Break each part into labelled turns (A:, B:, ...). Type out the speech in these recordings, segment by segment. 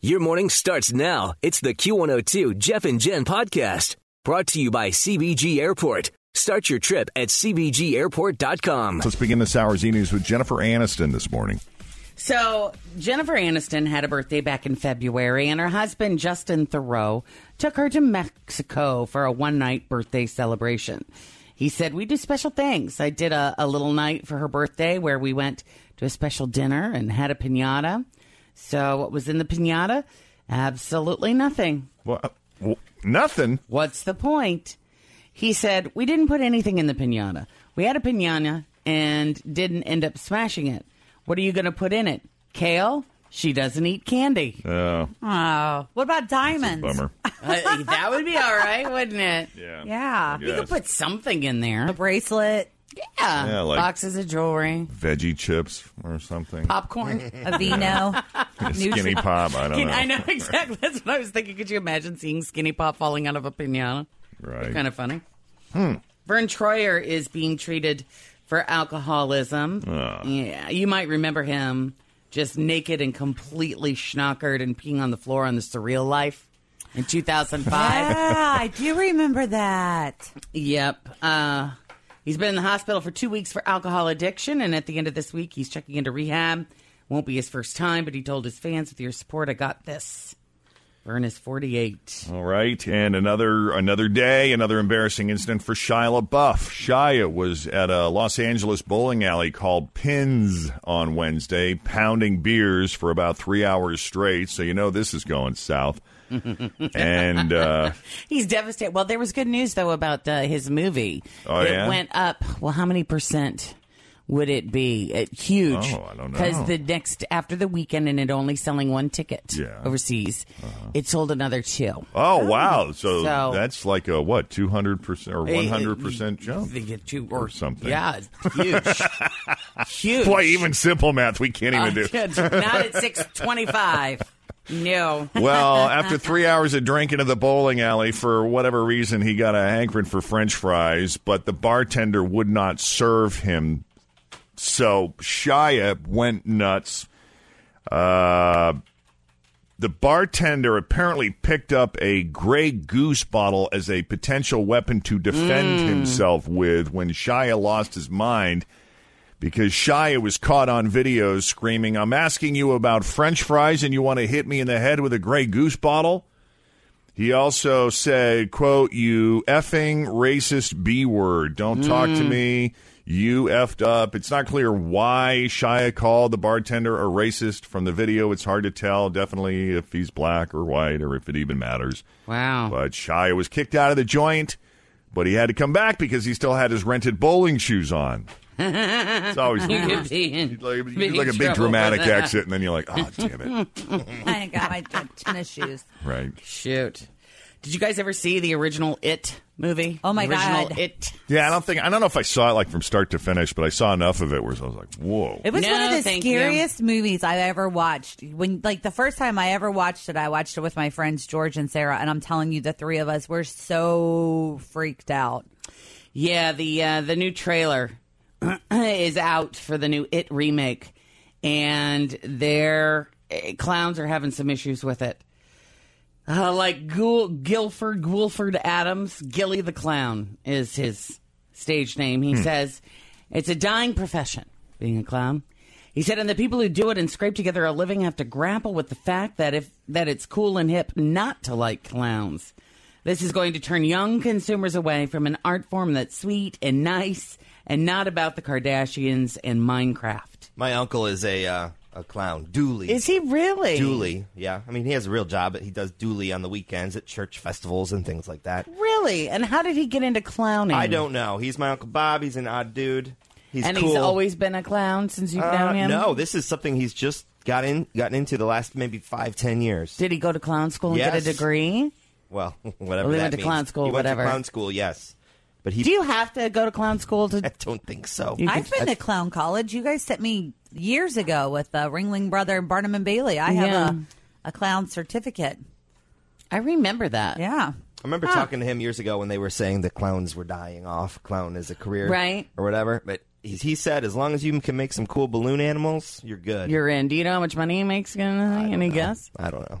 A: Your morning starts now. It's the Q102 Jeff and Jen podcast brought to you by CBG Airport. Start your trip at CBGAirport.com.
B: Let's begin this hour's e news with Jennifer Aniston this morning.
C: So, Jennifer Aniston had a birthday back in February, and her husband, Justin Thoreau, took her to Mexico for a one night birthday celebration. He said, We do special things. I did a, a little night for her birthday where we went to a special dinner and had a pinata. So, what was in the pinata? Absolutely nothing.
B: Well, uh, w- nothing.
C: What's the point? He said, We didn't put anything in the pinata. We had a pinata and didn't end up smashing it. What are you going to put in it? Kale? She doesn't eat candy.
B: Oh,
D: Oh, what about diamonds?
B: bummer.
C: Uh, that would be all right, wouldn't it?
B: Yeah.
D: Yeah.
C: You could put something in there.
D: Bracelet,
C: Yeah.
B: Yeah, like-
C: Boxes of jewelry,
B: Veggie chips or something.
C: popcorn.
D: a vino.
B: Skinny pop. I don't know.
C: I know exactly. That's what I was thinking. Could you imagine seeing Skinny Pop falling out of a pinata?
B: Right.
C: Kind of funny. Hmm. Vern Troyer is being treated for alcoholism. Yeah, you might remember him just naked and completely schnockered and peeing on the floor on the Surreal Life in 2005.
D: yeah, Ah, I do remember that.
C: Yep. Uh, he's been in the hospital for two weeks for alcohol addiction, and at the end of this week, he's checking into rehab. Won't be his first time, but he told his fans, "With your support, I got this." Vern is forty-eight.
B: All right, and another another day, another embarrassing incident for Shia LaBeouf. Shia was at a Los Angeles bowling alley called Pins on Wednesday, pounding beers for about three hours straight. So you know this is going south. and uh,
C: He's devastated. Well, there was good news though about uh, his movie.
B: Oh,
C: it
B: yeah?
C: went up. Well, how many percent? Would it be it, huge?
B: Oh, I don't know.
C: Because the next after the weekend, and it only selling one ticket
B: Yeah. Uh-huh.
C: overseas, it sold another two.
B: oh wow, so,
C: So- eh,
B: that's like a what two hundred percent or one hundred percent
C: I
B: jump.
C: think it two or
B: something.
C: Yeah, it's huge, huge.
B: Boy, even simple math we can't
C: I
B: even do.
C: can't- Not at six twenty-five. No.
B: Well, after three hours of drinking at the bowling alley, for whatever reason, he got a hankering for French fries, but the bartender would not serve him. So Shia went nuts. Uh, the bartender apparently picked up a Grey Goose bottle as a potential weapon to defend himself with when Shia lost his mind because Shia was caught on video screaming, I'm asking you about French fries and you want to hit me in the head with a Grey Goose bottle? He also said, quote, you effing racist B word. Don't talk to me. You effed up. It's not clear why Shia called the bartender a racist. From the video, it's hard to tell definitely if he's black or white or if it even matters.
C: Wow.
B: But Shia was kicked out of the joint, but he had to come back because he still had his rented bowling shoes on. It's always
C: You
B: like,
C: could be in
B: you
C: big
B: like a big
C: trouble uh,
B: dramatic
C: with that.
B: exit, and then you're like, oh, damn it.
D: I ain't got my tennis shoes.
B: Right.
C: Shoot. Did you guys ever see the original It movie?
D: Oh, my
C: The original
D: God.
C: It.
B: Yeah, I don't think, I don't know if I saw it like from start to finish, but I saw enough of it where I was like, whoa.
D: It was
C: No,
D: one of the
C: thank
D: scariest movies I've ever watched. When like the first time I ever watched it, I watched it with my friends George and Sarah, and I'm telling you, the three of us were so freaked out.
C: Yeah, the uh, the new trailer is out for the new It remake, and their eh, clowns are having some issues with it. Uh, like Gul- Guilford Guilford Adams, Gilly the Clown is
E: Hmm.
C: his stage name. He says it's a dying profession being a clown. He said, and the people who do it and scrape together a living have to grapple with the fact that if that it's cool and hip not to like clowns. This is going to turn young consumers away from an art form that's sweet and nice and not about the Kardashians and Minecraft.
E: My uncle is a uh, a clown, Dooley.
C: Is he really?
E: Dooley? Yeah, I mean he has a real job, but he does Dooley on the weekends at church festivals and things like that.
C: Really? And how did he get into clowning?
E: I don't know. He's my uncle Bob. He's an odd dude. He's
C: and
E: cool.
C: he's always been a clown since you
E: Uh,
C: found him?
E: No, this is something he's just got in gotten into the last maybe five ten years.
C: Did he go to clown school and get a
E: Yes.
C: degree?
E: well, whatever.
C: Well, he
E: that
C: went to
E: means.
C: clown school,
E: He went
C: whatever.
E: To clown school, yes. But he.
C: Do you have to go to clown school to
E: I don't think so.
D: I've been to clown college. You guys sent me years ago with uh, Ringling Brother and Barnum and Bailey. I have
C: Yeah.
D: a, a clown certificate.
C: I remember that.
D: Yeah.
E: I remember talking to him years ago when they were saying that clowns were dying off, clown is a career,
C: Right.
E: or whatever. But he, he said, as long as you can make some cool balloon animals, you're good.
C: You're in. Do you know how much money he makes? Gonna, any guess?
E: I don't know.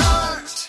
F: art.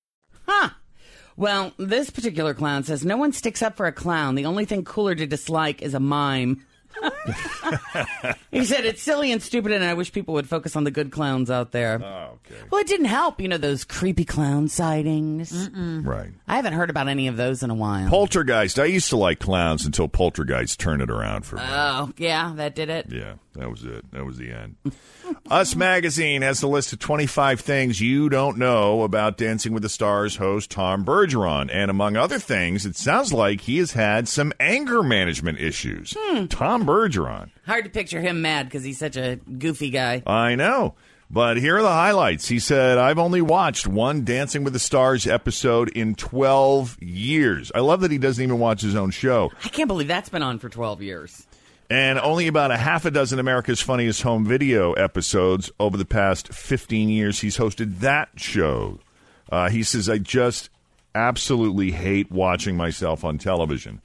C: Huh. Well, this particular clown says no one sticks up for a clown. The only thing cooler to dislike is a mime. he said it's silly and stupid, and I wish people would focus on the good clowns out there.
B: Oh, okay.
C: Well, it didn't help, you know, those creepy clown sightings.
B: Right.
C: I haven't heard about any of those in a while.
B: Poltergeist. I used to like clowns until Poltergeist turned it around for me.
C: oh, yeah, that did it.
B: Yeah, that was it. That was the end. Us Magazine has a list of 25 things you don't know about Dancing with the Stars host Tom Bergeron. And among other things, it sounds like he has had some anger management issues. Tom Bergeron.
C: Hard to picture him mad because he's such a goofy guy.
B: I know. But here are the highlights. He said, I've only watched one Dancing with the Stars episode in 12 years. I love that he doesn't even watch his own show.
C: I can't believe that's been on for 12 years.
B: and only about a half a dozen America's Funniest Home Video episodes over the past 15 years. He's hosted that show. Uh, he says, I just absolutely hate watching myself on television.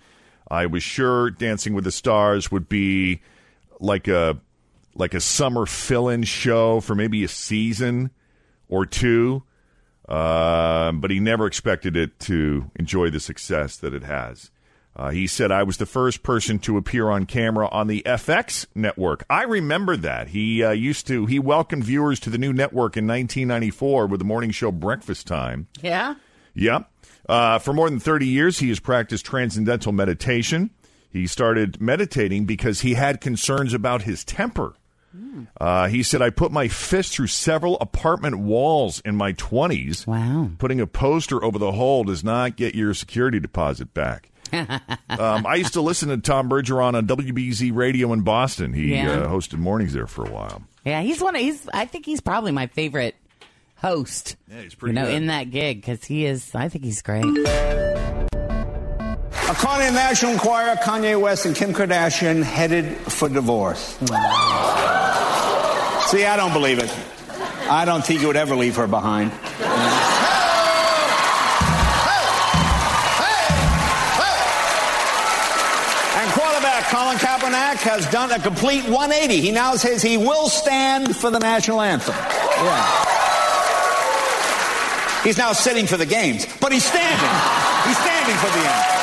B: I was sure Dancing with the Stars would be like a like a summer fill-in show for maybe a season or two, um, but he never expected it to enjoy the success that it has. Uh, he said, I was the first person to appear on camera on the FX network. I remember that. He uh, used to, he welcomed viewers to the new network in 1994 with the morning show Breakfast Time.
C: Yeah?
B: Yep. Uh, for more than 30 years, he has practiced transcendental meditation. He started meditating because he had concerns about his temper.
C: Hmm.
B: Uh, he said, I put my fist through several apartment walls in my 20s.
C: Wow.
B: Putting a poster over the hole does not get your security deposit back. um, I used to listen to Tom Bergeron on WBZ Radio in Boston. He
C: Yeah.
B: uh, hosted mornings there for a while.
C: Yeah, he's one of he's. I think he's probably my favorite host. Yeah,
B: he's pretty
C: You know,
B: good.
C: in that gig because he is. I think he's great.
F: A Kanye National Choir, Kanye West, and Kim Kardashian headed for divorce. See, I don't believe it. I don't think you would ever leave her behind. And quarterback Colin Kaepernick has done a complete 180. He now says he will stand for the national anthem. Yeah. He's now sitting for the games, but he's standing. He's standing for the anthem.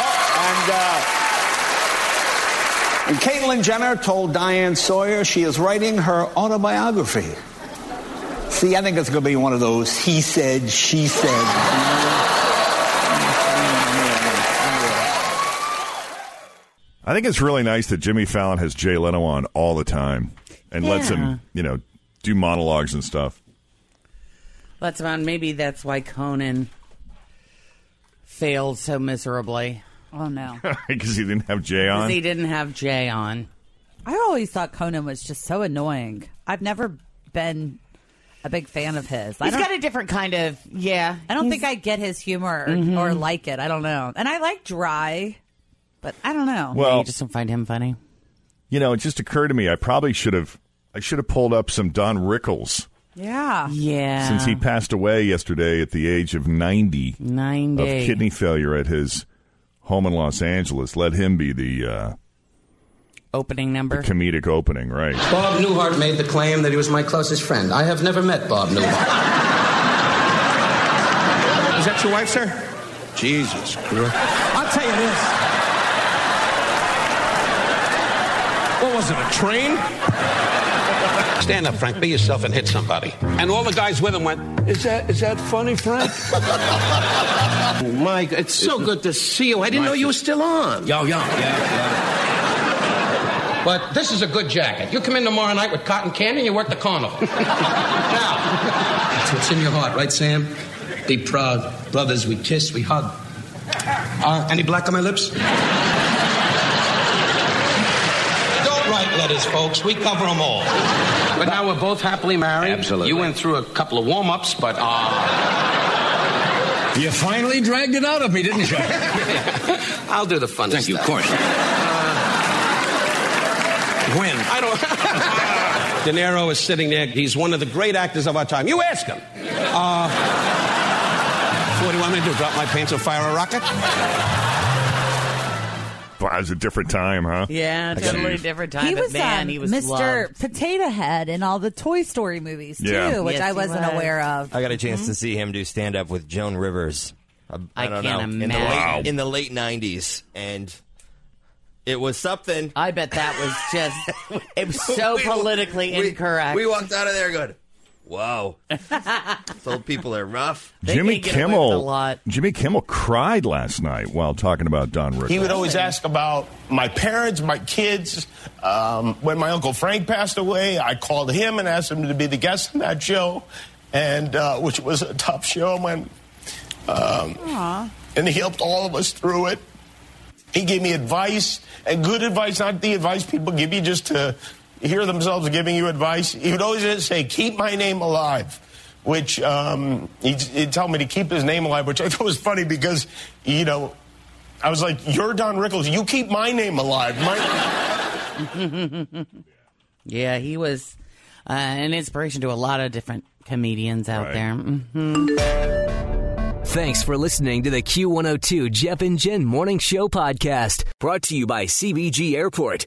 F: Oh, and, uh, and Caitlyn Jenner told Diane Sawyer she is writing her autobiography. See, I think it's going to be one of those he said, she said.
B: I think it's really nice that Jimmy Fallon has Jay Leno on all the time and lets him, you know, do monologues and stuff.
C: Let's on. Maybe that's why Conan failed so miserably
D: Oh, no.
B: because he didn't have Jay
C: 'Cause
B: on.
C: he didn't have Jay on.
D: I always thought Conan was just so annoying. I've never
G: been a big fan of his.
C: He's got a different kind of yeah.
G: I don't
C: He's-
G: think I get his humor or,
C: Mhm.
G: or like it. I don't know. And I like dry, but I don't know.
B: Well,
C: you just don't find him funny.
B: You know, it just occurred to me I probably should have I should have pulled up some Don Rickles
G: yeah,
C: yeah.
B: since he passed away yesterday at the age of 90
C: Ninety.
B: of kidney failure at his home in Los Angeles. Let him be the uh,
C: opening number.
B: comedic opening, right?
H: Bob Newhart made the claim that he was my closest friend. I have never met Bob Newhart.
I: Is that your wife, sir? Jesus Christ. I'll tell you this. What was it, a train?
H: Stand up, Frank. Be yourself and hit somebody.
I: And all the guys with him went, Is that is that funny, Frank?
H: Mike, it's so good to see you. I didn't know you were still on. Yo, yo, yeah, yeah. But this is a good jacket. You come in tomorrow night with cotton candy and you work the carnival. now, that's what's in your heart, right, Sam? Be proud. Brothers, we kiss, we hug. Uh, any black on my lips? Don't write letters, folks. We cover them all. But now we're both happily married. Absolutely. You went through a couple of warm ups, but. Uh... You finally dragged it out of me, didn't you? I'll do the Uh, fun Thank you, of course.
I: When? I don't. De Niro is sitting there. He's one of the great actors of our time. You ask him. Uh, so what do you want me to do? Drop my pants or fire a rocket?
B: Wow, it was a different time, huh?
C: Yeah, totally different time.
G: He
C: but
G: was
C: man,
G: um,
C: he was
G: Mr.
C: loved.
G: Potato Head in all the Toy Story movies
E: Yeah.
G: too, which
E: Yes,
G: I
E: he
G: wasn't
E: was.
G: aware of.
E: I got a chance to see him do stand up with Joan Rivers. I, I
C: Mm-hmm. I
E: don't
C: can't
E: know in the,
C: imagine.
E: late, in the late '90s, and it was something.
C: I bet that was just Uh, it was so politically incorrect.
E: We walked out of there going, "Wow, old people are rough."
B: Jimmy
E: a
B: Kimmel. Jimmy Kimmel cried last night while talking about Don Rickles.
J: He would always ask about my parents, my kids. Um, when my uncle Frank passed away, I called him and asked him to be the guest on that show, and uh, which was a tough show. When um,
G: Aw.
J: and he helped all of us through it. He gave me advice and good advice, not the advice people give you just to hear themselves giving you advice. He would always just say, "Keep my name alive." Which um, he'd, he'd tell me to keep his name alive, which I thought was funny because, you know, I was like, "You're Don Rickles. You keep my name alive." My-
C: yeah, he was uh, an inspiration to a lot of different comedians out there. hmm
A: Thanks for listening to the Q102 Jeff and Jen Morning Show podcast, brought to you by CBG Airport.